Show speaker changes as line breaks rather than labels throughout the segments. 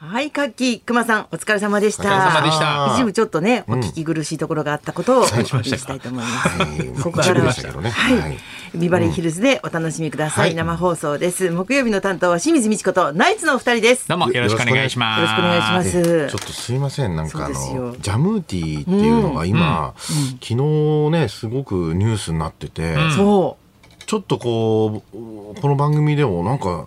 はい、カッキー、熊さん、お疲れ様でした。
お疲れ様でした
一部ちょっとね、お聞き苦しいところがあったことをお送りしたいと思います。ここからは、
一部でしたけ
は
どねはいい、
ビバリーヒルズでお楽しみください。
はい
生放送です。木曜日の担当は清水美智子とナイツのお二人です。
ど
よ
うもよろしくお願いします。
ろしくお願いしま。
しますちょっとすいませんなんかあ
そうですよ
のジャムーティーっていうのが今、昨日ねすごくニュースになってて、
そ
ちょっとこうこの番組でもなんか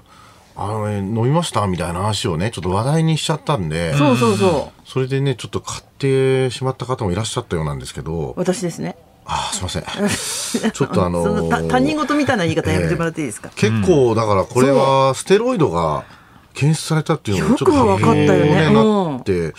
あの、ね、飲みましたみたいな話をねちょっと話題にしちゃったんで
う、そうそうそう、
それでねちょっと買ってしまった方もいらっしゃったようなんですけど、
私ですね。
あーすい ませんちょっとあの
その他他人事みたいな言い方やめてもらっていいですか。
結構だからこれはステロイドが検出されたっていうのがちょっと
よくわかったよね
発
うん
なって、
はい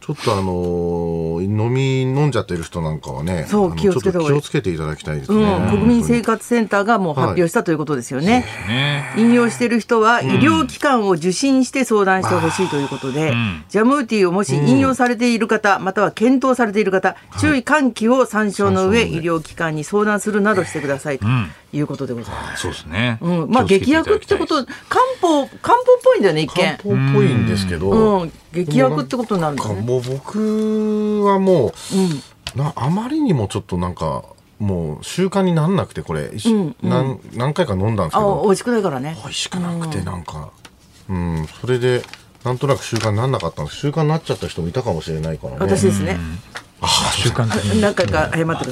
ちょっとあのー飲み飲んじゃってる人なんかはね
そう
あの
気をつけた
ち
方
ょっ
がい
と気
い
をつけていただきたいです
う
ね、
ん、国民生活センターがもう発表したということですよね。
ね。
引用している人は医療機関を受診して相談してほしいということで、
ん
ジャムーティーをもし引用されている方、または検討さされている方、注意喚起を参照の上、
参照
医
の上
療機関に相談するなどしてくださいということでございます。
そうですね。
うん、まあ
気をつけ
劇
いた
薬
だ
っ
きた
て
いで
こ
す
と、漢方、漢方っぽいんだよね、一
漢
見。
方っぽいんですけど、
うん、劇薬ってことになるんだ
なんか
ね。
もう僕はもう、なあまりにもちょっとなんかもう習慣になんなくてこれ、一
うん
なん何回か飲んだんですけ
あ、
ど
美味しくないからね。
美味しくなくてなんかうん、それでなんとなく習慣になんなかったんです習慣になっちゃった人もいたかもしれないからね
私ですね。
習慣的に。
何回か謝ってください。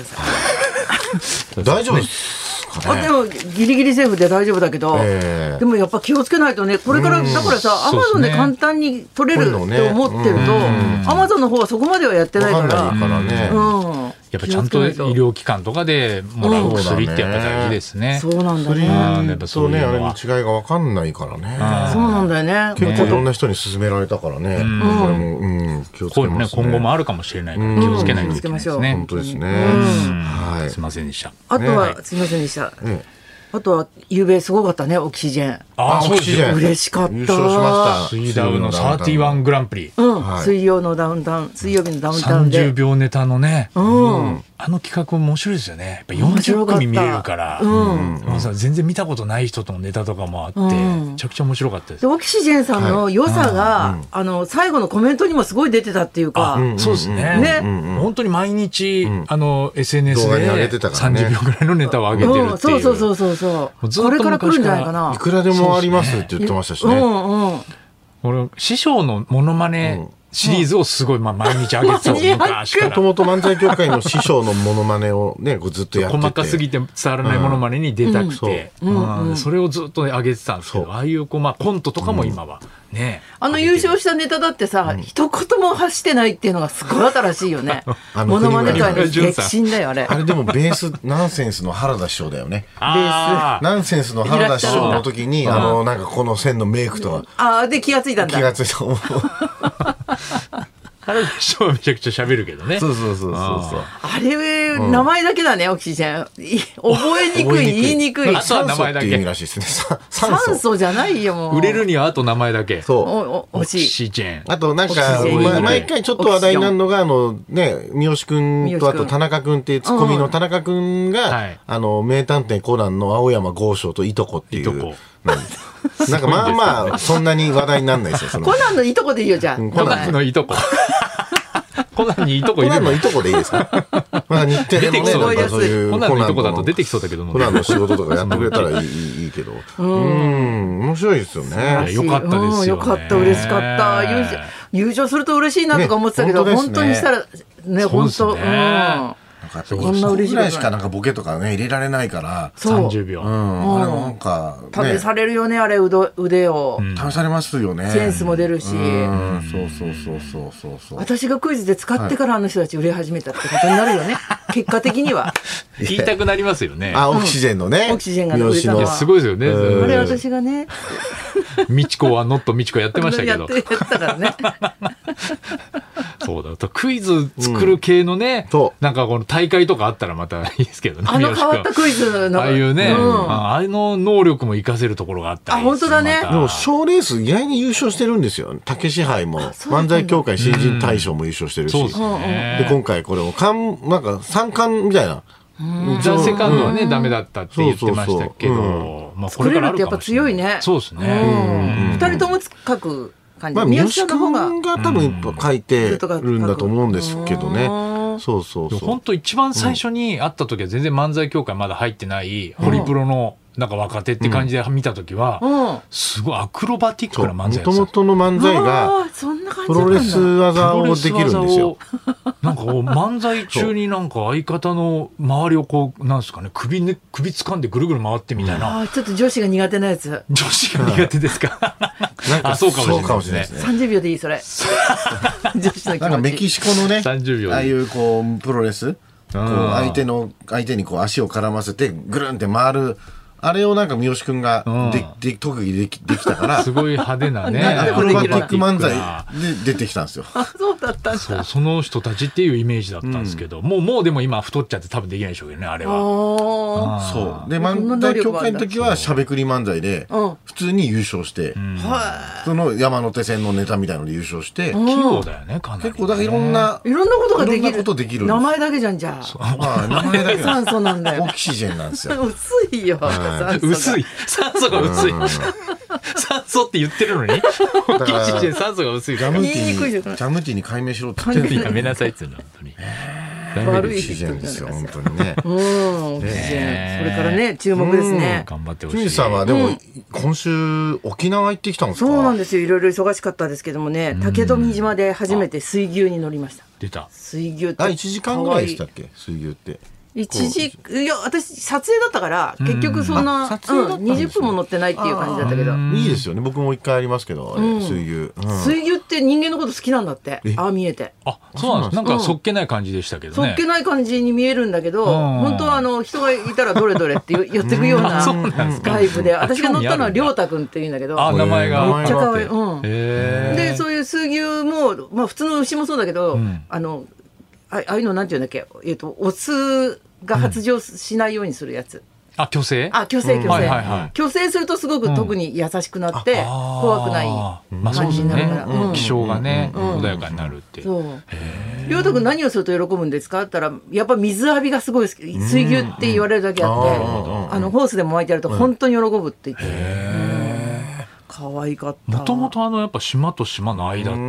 大丈夫ですか
あ
ね
でもギリギリセーフで大丈夫だけど、
ええ
でもやっぱ気をつけないとねこれから
うん
だからさア
そう
マ
っ
ゾ
す
ン
ね
で簡単に取れるって
こういうの
思っ
ね
てると
うん
アマゾンの方はそこまではやってないか
わ
ら
かんないからね、
うん、
やっぱちゃんと
気を
医
つけない
療機関とかでもらう薬ってやっぱ大事ですね。
そうなんだ
薬
ね
あーやっぱそ
と
う
ね
いう
あれ
の
の
は
違いが分かんないからね
あ
そうなんだよね
結構いろん
な
な人に勧められたからね、これも、うん、気をつけ
こういうのね
ますね
今後もあるかもしれないから
うん
気をつけないといけないですね。
本当ですね、
うん
は
すい
い
ませんでした。
あと
ね
はすみませんでした、
ええ
あとは昨べすごかったねオキシジェン
あ
そ
オ
うですよ
キシジェン
嬉しかった
優勝しました
スイダウのサーティワングランプリ。
うん、
はい
水曜のダウンタウン水曜日のダウンタウン
三十
で
秒ネタのね。
うん
あの企画面白いですよね。やっぱ
面
四十
白かった
組見れるから。
うん
もうさ全然見たことない人とのネタとかもあって、
うん
めちゃくちゃ面白かったです
で。オキシジェンさんの良さが、あの最後のコメントにもすごい出てたっていうか、
あ、そうですね。
ね
本当に毎日、
ん
あの、
動
SNS
画に上げ
で
てたからね
30秒ぐらいのネタを上げてるっていう。
ん、そうそうそうそうそ
も
う
うずっ
ことれから来るんじゃないか
い
な
くらでもありますって言ってましたしね、
うんうん
俺、師匠のモノマネシリーズをすごい、まあ、毎日上げてたの、
マニアック
昔か
も
ら
と。もと漫才協会の師匠のモノマネをね、こうずっとやってて。
細かすぎて伝わらないモノマネに出たくて、
うんうん
うんそれをずっと上げてたんですけ
そ
ど、
う
ああいうこう、まあ、コントとかも今は、ね。
あの優勝したネタだってさ、一言も発してないっていうのがすごい新しいよね
あの
モノマネ界の
国村
激震だよあれ
あれでもベース、ナンセンスの原田師匠だよね。
ああ、
ナンセンスの原田師匠の時に、
うん
あの、なんかこの線のメイクとは
あーで気がついたん
気が
だ
ついた。そう
原田師匠はめちゃくちゃ喋るけどね。
そうそうそうそう。
あれ、名前だけだねオキシジェンい覚えにくい言いにくい
あとは名前だけ
酸素っていう意味らしいですね。さ酸
酸
素。
素じゃないよもう
売れるにはあと名前だけ。
お
そう。
お惜しい
シーチェーン。
あとなん
オキ
か
シジェン、
ま毎回ちょっと話題になるのが、あのね、三好くんとあと田中くんっていうツッコミの田中くん
は
が
い、
あの、名探偵コナンの青山豪昌といとこってい
いとこ
う。なんかまあまあ、そんなに話題にならないですよ。その
コナンのいとこでいいよじゃあ、
うんコ
コ
ナン
ナンのい とこ。コナンにいとこ
コ
いる
ナンの
の
いとこでいいですかまあ日テレのね、
出てきそう
なんかそういう
コナンのいとこだと出て
き
きそうだけども
コ
ね
ナンの仕事とかやってくれたらいいいいいいけど。うん、面白いですよね。
いや良かったですよね
うん良かった嬉しかった優勝優勝すると嬉しいなとか思ってたけど、
ね
本
本
当
当
に
で
し
す
た
ね
らね
そう
本
ですね
当うんこんな嬉しいことない
ぐらいしかなんかボケとかね、入れられないから。
そう
30秒。
うん、あれもなんか、
試
ね、
されるよねあれ腕腕を、
試されますよね。
センスも出るし
うん、そうそうそうそうそうそう。
私がクイズで使ってからあの人たち売れ始めたってことになる よね結果的には
言いたくなりますよね。
あ、オキシジェンのね。
オキシジェンが
三好
売れたの
い
の
や、すごいですよね。
あれ
うん
私がね
みちこはノットみちこやってましたけ
やっ
ど
て。やってたから ね
そうだ。あとクイズ作る系のね
んそう、
なんかこの大会とかあったらまたいいですけどね。
あの変わっ
宮
た
下
ク
君
イズの
ああいうね、
ん
ああの能力も活かせるところがあったらいいです
あ本当だね
また
でも賞レース意外に優勝してるんですよ。竹支配も、
そうなん
漫
だ
才協会新人大賞も優勝してるし。
そうです
で
ね。
今回これを冠なんか三冠みたいな。
ザ・セカンドはね、ダメだったって言ってましたけ
そうそう
ど、まあこ
作れる
から
ってやっぱ強いね
そうです
う
ね。
ん二人とも書く感じ
まあ、
宮
三
内さ
好
んの方が
君が多分いっぱい書いてるんだと思うんですけど
う
ね
ん
そうそうそ
本
う
当一番最初に会った時は全然漫才協会まだ入ってない、ホリプロのなんか若手って感じで見た時は、
うん
すごいアクロバティッ
そ
ク
う
な
も
漫才
と
を
も
さ
との漫才
あ
が
ーそんな感じ
プ
だっ
ロ
たんだ
レス技をできるんですよ
プロレス技をなんかこう漫才中になんか相方の周りをこうなんですかね首ね首掴んでぐるぐる回ってみたいな、
あーちょっと女子が苦手なやつ
女子が苦手ですか、
なんか
あそうかもしれないですね
すね
30秒でいいそ れ女子の気
なんかメ
持
キ
ち
シコのね
30秒で
ああいうこうプロレスこう相手の相手にこう足を絡ませてぐるんって回るあれをなんか三好君がで、で特技できできたから
すごい派手なね
アクロバティック漫才
な
で出てきたんですよ。
あそうだったんだ
そうその人たちっていうイメージだったんですけど、もうもうでも今太っちゃって多分できないでしょうけどねあれは。
おー
そう。で、
そんな
漫
能
才協
力がある
会
んだ
の時はしゃべくり漫才で
うん、
普通に優勝して、
は
その山手線のネタみたいので優勝して、
器用だよねかなり、ね。
結構だからいろんな、
いいろんなことができる
いろんなことできるんです
名前だけじゃんじゃあ
まあ、名前だけ
酸素なんだよ
オキシジェンなんですよ。
薄いよ酸素が
薄い酸素が薄い酸素って言ってるのに
ら
キッチンで酸素が薄い
ジャムテ
言い
ィ
にくい
ー
で
に、
すね
ジャムティーに解明しろって言ってんの
やめなさいっつうの本当にダメ
オ
悪い人
キシ
じ
ジ
ゃ
ェ
ない
ン
で
です
す
よ、
か
本当にね。
うんオキシジェンそれからね注目ですね
頑張ってほし
清
い
水さんはでも、今週沖縄行ってきたんですか
そうなんですよいろいろ忙しかったですけどもね竹富島で初めて水牛に乗りました
出た
水牛って
あ、1時間ぐらいでしたっけ水牛って。
一時いや私撮影だったから結局そんな、
あ撮影だったんですね
20分も乗ってないっていう感じだったけど、
いいですよね。僕も一回ありますけど、あれ水牛。うん
水牛って人間のこと好きなんだってああ見えて
あそうなんですなんかそっけない感じでしたけど
そっ
ね
けない感じに見えるんだけど、
ん
本当はあの人がいたらどれどれって 言うやってくような
あそうなんですか
タイプで私が乗ったのは
興味あるんだ
亮太君っていうんだけど
あ名前が
め
めっちゃ可愛い、
名
うん、
へ
で
え
そういう水牛も、まあ、普通の牛もそうだけど、
ん
あのあああいうのなんていうんだっけ、えっとオスが発情しないようにするやつ、
あ虚勢
あ虚勢
うん
虚勢、
はいはいはい
虚勢するとすごく特に優しくなって、怖くない
あーまあそう
感
で
じ
す
になるか
ね
ら、
うん気象がね
ん
穏やかになるって
そう亮太君何をすると喜ぶんですかって言ったらやっぱ水浴びがすごい好き水牛って言われるだけあって、
うん
あのホースでも巻いてやると本当に喜ぶって言って、うん可愛かった
もともとあのやっぱ島と島の間って
う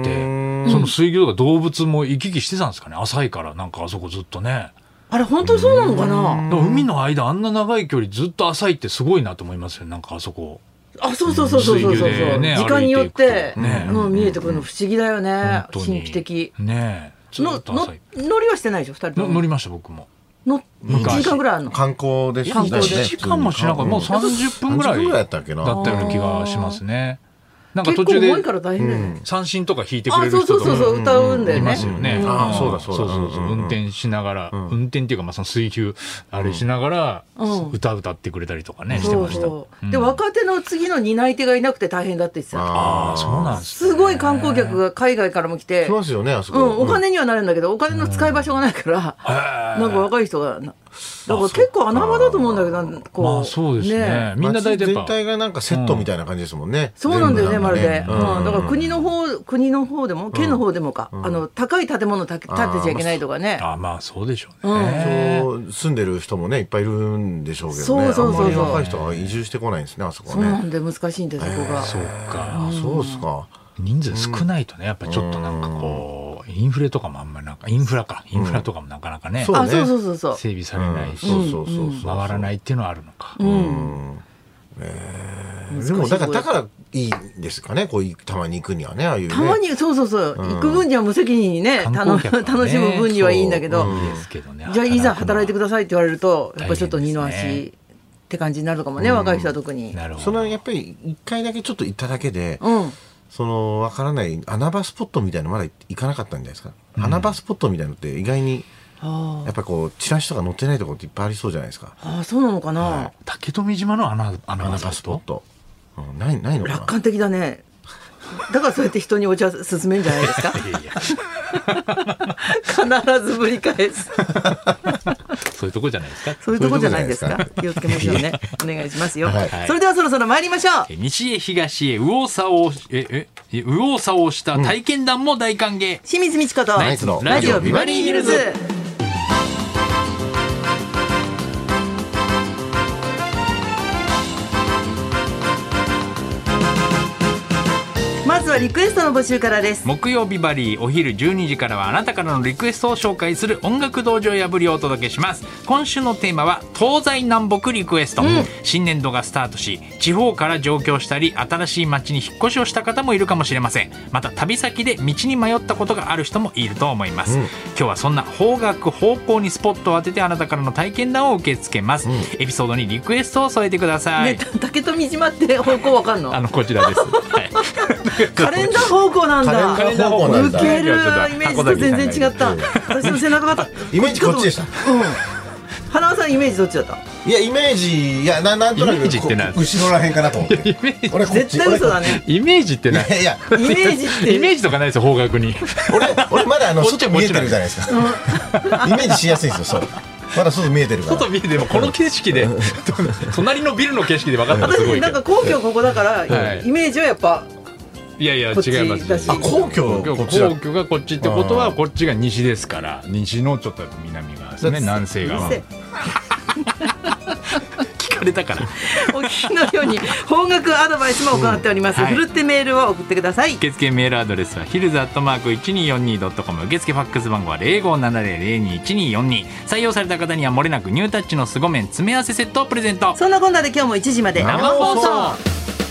ん
その水牛とか動物も行き来してたんですかね浅いからなんかあそこずっとね
あれ本当にそうなのかな
だから海の間あんな長い距離ずっと浅いってすごいなと思いますよなんかあそこ
あそうそうそうそうそうそう、
水牛でね
時間によって
歩いていくとね
うん、見えてくるの不思議だよね
本当に
神秘的
ねえず
の
っと
の
浅い
乗りはしてないでしょ二人と
の乗
も
りました僕も
の1時間ぐらいあるの
観光でし
観光
光
で
で
1時間もしなかったもう30分ぐら
30分
い
ぐらい
だ
や
っ
ったっけな
たような気がしますねなんか
結
途
構
中
重い
で
から大変だよね、
三振とか弾いてくれ
あ
る
そう
人
そう
と
そう
か
そう歌うんだよ
い
ね
ますよね。
うんあーそうだ
そ
そうう
そ
だ
うそう
うんうんうん
運転しながら、運転っていうか、まあ、その水球、あれしながら、
うん
歌歌ってくれたりとかね、して
そ
ま
う
した。
そう、で若手の次の担い手がいなくて大変だって言ってた
ああ、そうなんです、ね。
すごい観光客が海外からも来て
来ますよねあそうこ、
ん、お金にはなるんだけどお金の使い場所がないから、なんか若い人がなだから結構穴場だと思うんだけどなんかこう、
まあ、そうですね。みんな大
街
体や
全
っぱ、
体がなんかセットみたいな感じですもんね、
そうなんだよね
全部
まるで、
う
うん
んうんうん
だから国の方国の方でも県の方でもか、あの高い建物建て建てちゃいけないとかね
あーまあ、そうでしょう
うん
ね。
そう住んでる人もねいっぱいいるんでしょうけどね
そうそうそうそう
あんまり若い人が移住してこないんですねあそこ
そう
は
な
ね
んで難しいんですそこが、
そうか。
あそうですか
人数少ないとね、やっぱりちょっとなんかこう、インフレとかもあんまりなんか、インフラか、インフラとかもなかなかね、
そう
あそうそうそうそう
整備さ
う
れ
ん
ないし、
そうそうそうそう
回らないっていうのはあるのか。
でもだからだからいいんですかねこういうたまに行くにはねああいうね
たまにそうそうそう、行く分には無責任にね
観
楽
光客は
楽
ね
しむ 分にはいいんだけど、
いいですけどね。
じゃあいざ働いてく
だ
ださいって言われるとやっぱりちょっと二の
大変
足
です
って感じになるのかもね、若い人は特に。
なるほ
そ
ど。
のやっぱり一回だけちょっと行っただけで、
うん、
そのわからない穴場スポットみたいなのまだ行かなかったんじゃないですか、穴場スポットみたいなのって意外に
あ
やっぱこうチラシとか載ってないところっていっぱいありそうじゃないですか
あそうなのかな、
竹富島の穴、
穴
穴場
場
ス
ス
ポ
ポ
ッ
ット、
ト。
うん、ないないのか
楽
な
観的だねだからそうやって人にお茶勧めんじゃないですか
いやいや、
必ずぶり返す
そういうとこじゃないですか。
そういうとこじゃないですか
そういう
気をつ
と
けましょうねお願いしますよ、
はい
それではそろそろ参りましょう
え西へ東へ右往左往し、え、え、右往左往した体験談も大歓迎。
清水美智子と
ナイツの
ラジオビバリーヒルズまずはリクエストの募集からです
木曜日バリーお昼12時からはあなたからのリクエストを紹介する音楽道場破りをお届けします今週のテーマは東西南北リクエスト、新年度がスタートし地方から上京したり新しい町に引っ越しをした方もいるかもしれませんまた旅先で道に迷ったことがある人もいると思います、今日はそんな方角方向にスポットを当ててあなたからの体験談を受け付けます、エピソードにリクエストを添えてください、
ね、 竹富島って方向わかんの
あのこちらです、はい
カレンダー方向なんだ
カレンダー方向なん
抜
だ
けるイメージと全然違った私の背中が
イメージこっちでした
花輪さんイメージどっちだった
いやイメージいやななんとな
イ
く
メージってなん
こ後ろらへんかなと思っ て俺こっち
絶対嘘だね
イメージって
俺
な
こっちいやいや
イメージ って
イメージとかないですよ方角 に
俺俺まだあの
こっちは
外
こっ
見え
ち
て
なん
るじゃないですかイメージしやすいんですよそうまだ外見えてるから
外見えてもこの景 色で隣のビルの景色で分かったらすご
私
い
な
け
んか
ど
皇居ここだから、
はい
イメージはやっぱ
いやいや
こっち
違いま
だ
す
し
あ
あ皇居こ
皇
っちだ
居がこっちってことはこっちが西ですから西のちょっと南側ですね南西側
店
聞かれたから
お聞きのように方角アドバイスも行っております、
うんはい
ふるってメールを送ってください
受付メールアドレスはヒルズアットマーク 1242.com 受付ファックス番号は0570021242採用された方にはもれなくニュータッチの凄麺詰め合わせセットをプレゼント
そんなこんなで今日も1時まで
生放送